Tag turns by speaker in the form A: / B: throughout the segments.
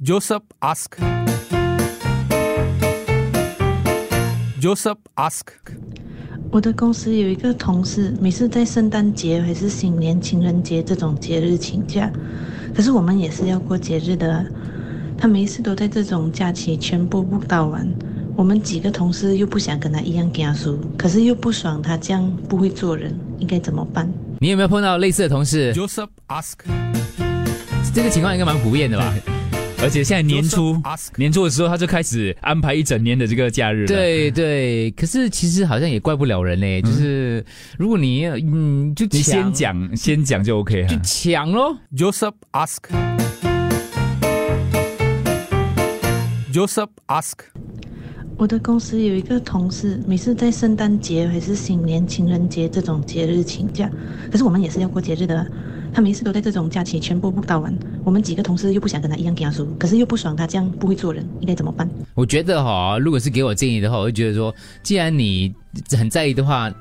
A: Joseph ask. Joseph ask.
B: 我的公司有一个同事，每次在圣诞节还是新年、情人节这种节日请假，可是我们也是要过节日的啊。他每一次都在这种假期全部不到完，我们几个同事又不想跟他一样给他输，可是又不爽他这样不会做人，应该怎么办？
C: 你有没有碰到类似的同事？
A: Joseph ask.
C: 这个情况应该蛮普遍的 吧？
D: 而且现在年初
A: Joseph ask
D: 年初的时候，他就开始安排一整年的这个假日了。
C: 对对，可是其实好像也怪不了人嘞，就是如果你嗯就
D: 你先
C: 抢，
D: 讲，先讲就 OK 哈
C: 就。抢咯。
A: Joseph ask. Joseph ask.
B: 我的公司有一个同事，每次在圣诞节还是新年、情人节这种节日请假，可是我们也是要过节日的啊。他每次都在这种假期全部不到完，我们几个同事又不想跟他一样给他输，可是又不爽他这样不会做人，应该怎么办？
C: 我觉得哈、如果是给我建议的话，我会觉得说，既然你很在意的话，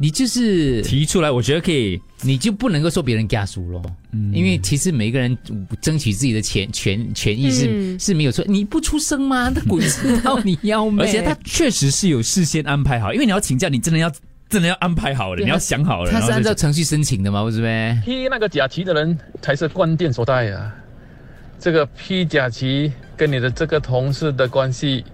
C: 你就是
D: 提出来，我觉得可以。
C: 你就不能够说别人家属咯，
D: 嗯
C: 因为其实每一个人争取自己的权权权益是、
E: 嗯
C: 是没有错。你不出声吗？那鬼知道你要没？
D: 而且他确实是有事先安排好，因为你要请假，你真的要真的要安排好了，
C: 对
D: 你要想好了。
C: 他是
D: 然后
C: 按
D: 就
C: 照程序申请的嘛，不是呗？
F: 披那个假旗的人才是关键所在啊！这个披假旗跟你的这个同事的关系，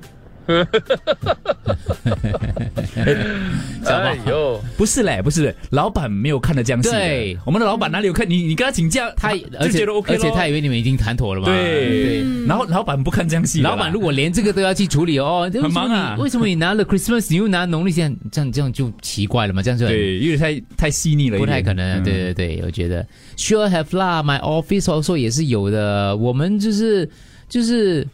F: 哎呦，
D: 不是嘞，不是嘞，老板没有看得这样细的。
C: 对
D: 我们的老板哪里有看你？你跟他请假，
C: 他而
D: 就觉
C: 且
D: 得 OK
C: 而且
D: 咯
C: 他以为你们已经谈妥了嘛。
D: 对，然后老板不看这样细的啦。
C: 老板如果连这个都要去处理哦，为什么
D: 忙啊
C: 你为什么你拿了 Christmas，你又拿农历，这样这样这样就奇怪了嘛？这样就很
D: 对，因为太太细腻了一
C: 不
D: 点，
C: 太可能。啊
D: 嗯
C: 对对对，我觉得 sure have 啦，my office also 也是有的。我们就是就是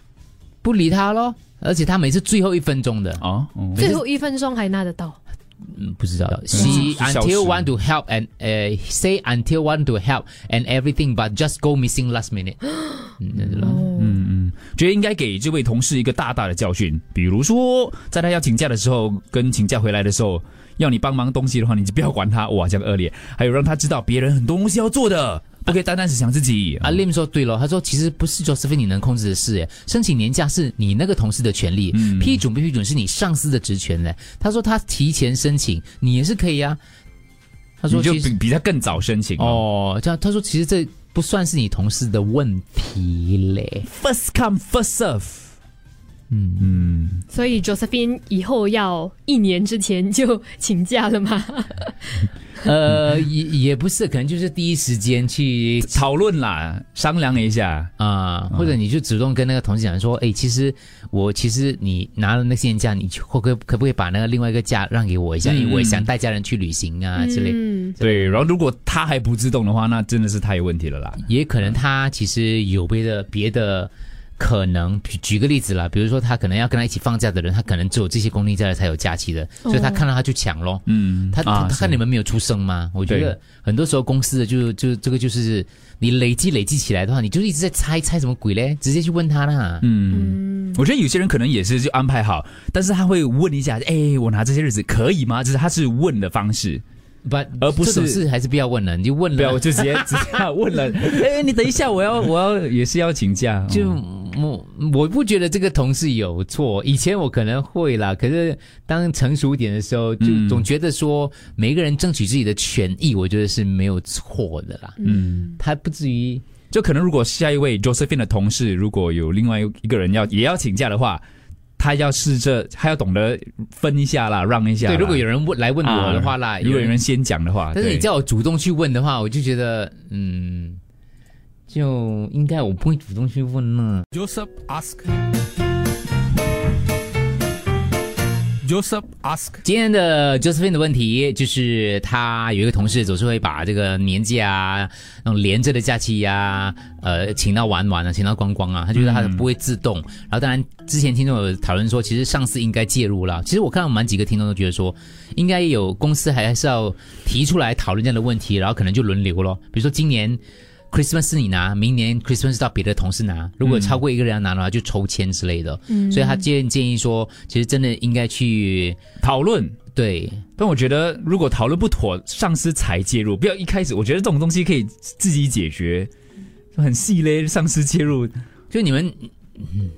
C: 不理他咯，而且他每次最后一分钟的，
D: 哦，嗯
E: 最后一分钟还拿得到，
C: 嗯，不知道。She
D: 是小时
C: until want to help and 呃 say until want to help and everything but just go missing last minute 嗯。那种
E: 哦，
D: 觉得应该给这位同事一个大大的教训，比如说在他要请假的时候，跟请假回来的时候，要你帮忙东西的话，你就不要管他，哇，这样恶劣。还有让他知道别人很多东西要做的，不可以单单只想自己。啊
C: 阿啊 Lim 说对了，他说其实不是 Josephine 你能控制的事，哎申请年假是你那个同事的权利，
D: 嗯
C: 批准不批准是你上司的职权嘞。他说他提前申请，你也是可以啊。他说
D: 你就
C: 其实
D: 比比他更早申请哦
C: 哦，这样他说其实这不算是你同事的问题 嘞。
D: ，first come first serve。
E: 所以 Josephine 以后要一年之前就请假了吗？
C: 呃，也也不是，可能就是第一时间去
D: 讨论啦，商量一下。
C: 啊、
D: 嗯
C: 或者你就主动跟那个同事讲说，哎，其实我其实你拿了那些年假，你去可不可可不可以把那个另外一个假让给我一下，因为我也想带家人去旅行 啊之类。
E: 嗯，
D: 对，然后如果他还不自动的话，那真的是太有问题了啦。
C: 也可能他其实有别的别的可能，举举个例子啦，比如说他可能要跟他一起放假的人，他可能只有这些公立假日才有假期的，所以他看到他就抢咯。
D: 嗯，
C: 他、
D: 啊
C: 他他看
D: 是
C: 你们没有出声吗？我觉得
D: 对
C: 很多时候公司的就就这个就是你累积累积起来的话，你就一直在猜猜什么鬼嘞，直接去问他啦。嗯，
D: 我觉得有些人可能也是就安排好，但是他会问一下，哎，我拿这些日子可以吗？就是他是问的方式，
C: 不，
D: 而不是
C: 这种事还是不要问了，你就问了，
D: 不要我就直接直接问了， 哎，你等一下，我要我要也是要请假，
C: 就嗯
D: 哦
C: 我我不觉得这个同事有错，以前我可能会啦，可是当成熟一点的时候，就
D: 嗯
C: 总觉得说每个人争取自己的权益，我觉得是没有错的啦。嗯，他不至于
D: 就可能如果下一位 Josephine 的同事如果有另外一个人要也要请假的话，他要试着他要懂得分一下啦，让一下啦。
C: 对。如果有人问来问我的话啦，
D: 啊如果有人先讲的话，
C: 但是你
D: 对
C: 叫我主动去问的话，我就觉得，嗯，就应该我不会主动去问呢。
A: Joseph ask. Joseph ask.
C: 今天的 Josephine 的问题就是，他有一个同事总是会把这个年假啊、那种连着的假期呀、呃，请到玩玩啊，请到光光啊，他觉得他不会自动。嗯然后，当然之前听众有讨论说，其实上司应该介入啦。其实我看到蛮几个听众都觉得说，应该有公司还是要提出来讨论这样的问题，然后可能就轮流咯。比如说今年 Christmas 是你拿，明年 Christmas 到别的同事拿。如果超过一个人要拿的话，就抽签之类的。所以他建建议说，其实真的应该去
D: 讨论，
C: 对。
D: 但我觉得，如果讨论不妥，上司才介入，不要一开始。我觉得这种东西可以自己解决，很细嘞，上司介入
C: 就你们嗯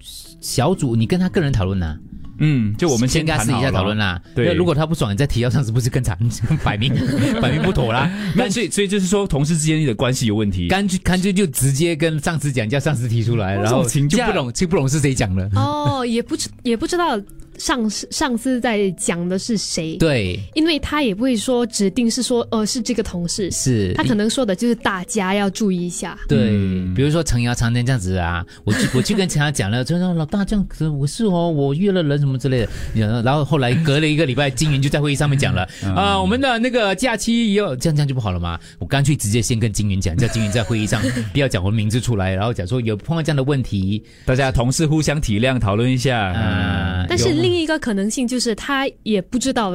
C: 小组，你跟他个人讨论呐、
D: 嗯，就我们
C: 先
D: 先
C: 跟他私底下讨论
D: 啦。
C: 啦。
D: 对
C: 那如果他不爽，你再提到上司，不是更惨， 摆明摆明不妥啦。
D: 那所以所以就是说，同事之间的关系有问题。
C: 干脆干脆就直接跟上司讲，叫上司提出来，然后
D: 这种请
C: 就
D: 假
C: 不懂就不懂是谁讲的。
E: 哦，也不知也不知道上司上司在讲的是谁，
C: 对，
E: 因为他也不会说指定是说呃是这个同事，
C: 是
E: 他可能说的就是大家要注意一下。
C: 对，
D: 嗯
C: 比如说程瑶常年这样子啊，我去我去跟程瑶讲了，就说老大这样子，我是哦，我约了人什么之类的， 然后然后后来隔了一个礼拜，金云就在会议上面讲了
D: 嗯
C: 啊、我们的那个假期也有这样这样就不好了嘛，我干脆直接先跟金云讲，叫金云在会议上 不要讲我的名字出来，然后讲说有碰到这样的问题，
D: 大家同事互相体谅，讨论一下。
C: 啊
D: 嗯，
E: 但是
C: 有
E: 另一个可能性就是他也不知道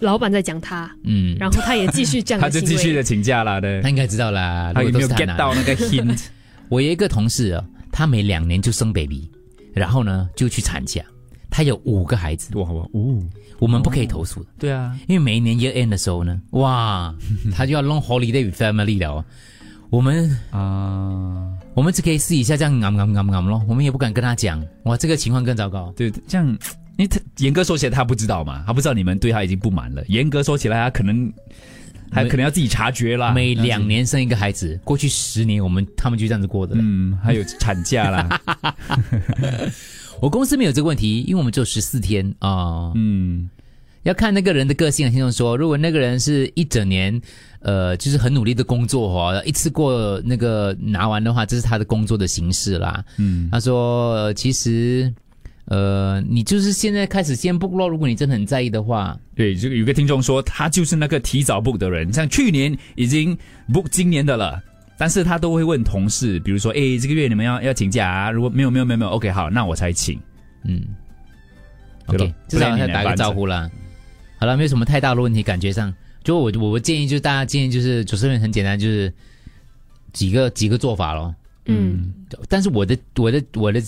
E: 老板在讲他，
C: 嗯，
E: 然后他也继续这样
D: 他
E: 的
D: 就
E: 行为。
D: 继续的请假了的
C: 他，应该知道啦，
D: 他
C: 如果
D: 有
C: 都
D: 没有
C: 是他
D: get
C: 拿
D: 到 那个 hint？
C: 我有一个同事啊，他每两年就生 baby，然后呢就去产假，他有五个孩子，
D: 哇哇哦，
C: 我们不可以投诉的。
D: 对啊，
C: 因为每一年 year end 的时候呢，哇， 他就要弄 holiday with family 了哦。我们
D: 啊，
C: 我们只可以试一下这样昂昂昂昂咯，我们也不敢跟他讲，哇，这个情况更糟糕。
D: 对，这样，因为他严格说起来他不知道嘛，他不知道你们对他已经不满了。严格说起来，他可能还
C: 每
D: 可能要自己察觉啦。
C: 每两年生一个孩子，过去十年我们他们就这样子过的了。
D: 嗯，还有产 假啦，
C: 我公司没有这个问题，因为我们只有十四天啊、哦
D: 嗯，
C: 要看那个人的个性啊。听众说，如果那个人是一整年，呃，就是很努力的工作哦，一次过那个拿完的话，这是他的工作的形式啦。
D: 嗯，
C: 他说，呃其实，呃，你就是现在开始先 book 咯。如果你真的很在意的话，
D: 对，这个有个听众说他就是那个提早 book 的人，像去年已经 book 今年的了。但是他都会问同事，比如说，诶，这个月你们要要请假啊？如果没有没有没有没有，OK，好，那我才请。
C: 嗯
D: 对咯
C: ，OK，至少要打个招呼啦。好了，没有什么太大的问题，感觉上，就我我建议，就是大家建议就是主持人很简单，就是几个几个做法咯。
E: 嗯，
C: 但是我的我的我的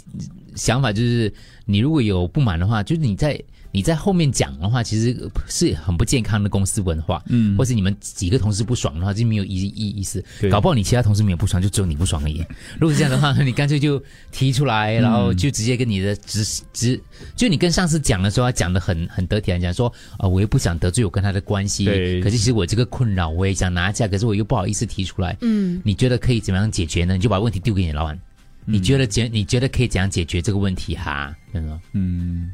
C: 想法就是，你如果有不满的话，就是你在你在后面讲的话，其实是很不健康的公司文化。
D: 嗯
C: 或是你们几个同事不爽的话，就没有意意意思
D: 对。
C: 搞不好你其他同事没有不爽，就只有你不爽而已。如果是这样的话， 你干脆就提出来，然后
D: 嗯
C: 就直接跟你的直直，就你跟上司讲的时候，要讲的很很得体地讲说，啊、我又不想得罪我跟他的关系，
D: 对
C: 可是其实我这个困扰我也想拿下，可是我又不好意思提出来。
E: 嗯，
C: 你觉得可以怎么样解决呢？你就把问题丢给你老板。
D: 嗯
C: 你觉得解？你觉得可以怎样解决这个问题哈？真的，
D: 嗯，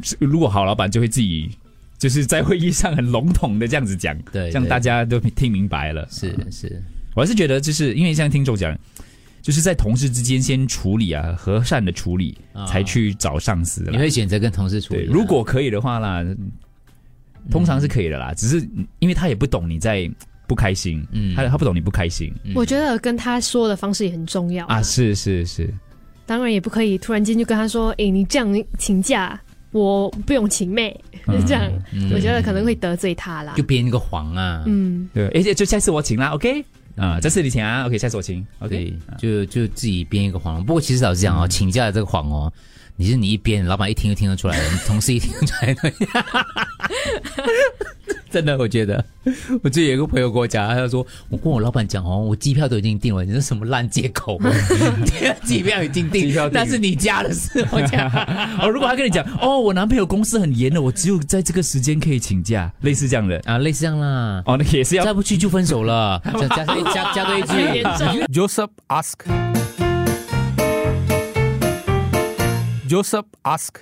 D: 是如果好老板就会自己就是在会议上很笼统的这样子讲，
C: 对
D: 这样
C: 对
D: 大家都听明白了。
C: 是是，
D: 我还是觉得就是因为像听众讲，就是在同事之间先处理啊，和善的处理，
C: 啊
D: 才去找上司
C: 你
D: 啦。
C: 会选择跟同事处
D: 对，
C: 理啊？
D: 如果可以的话啦，通常是可以的啦，只是因为他也不懂你在不开心，
C: 嗯
D: 他他不懂你不开心
C: 嗯
E: 我觉得跟他说的方式也很重要
D: 啊，是是是，
E: 当然也不可以突然间就跟他说，诶，你这样请假，我不用请妹，
D: 嗯
E: 这样，
C: 嗯
E: 我觉得可能会得罪他啦
C: 就。编一个谎啊，
E: 嗯，
D: 对，而且就下次我请啦，OK 啊，这次你请啊，OK，下次我请
C: 嗯对
D: ，OK，，
C: 就就自己编一个谎。不过其实老实讲哦，
D: 嗯
C: 请假的这个谎哦，你是你一编，老板一听就听得出来 了，你同事一听就出来了。 真的，我觉得，我最近有一个朋友跟我讲，他就说，我跟我老板讲哦，我机票都已经订了，你是什么烂借口？啊 机票已经订
D: 机票，订
C: 但是你家的事，我 讲，
D: 哦，如果他跟你讲，哦，我男朋友公司很严的，我只有在这个时间可以请假，类似这样的，
C: 啊，类似这样啦，
D: 哦，那也是
C: 再
D: 要
C: 不去就分手 了，加加加加多一
E: 太
C: 句
E: 严。重啊了
A: Joseph ask. Joseph ask.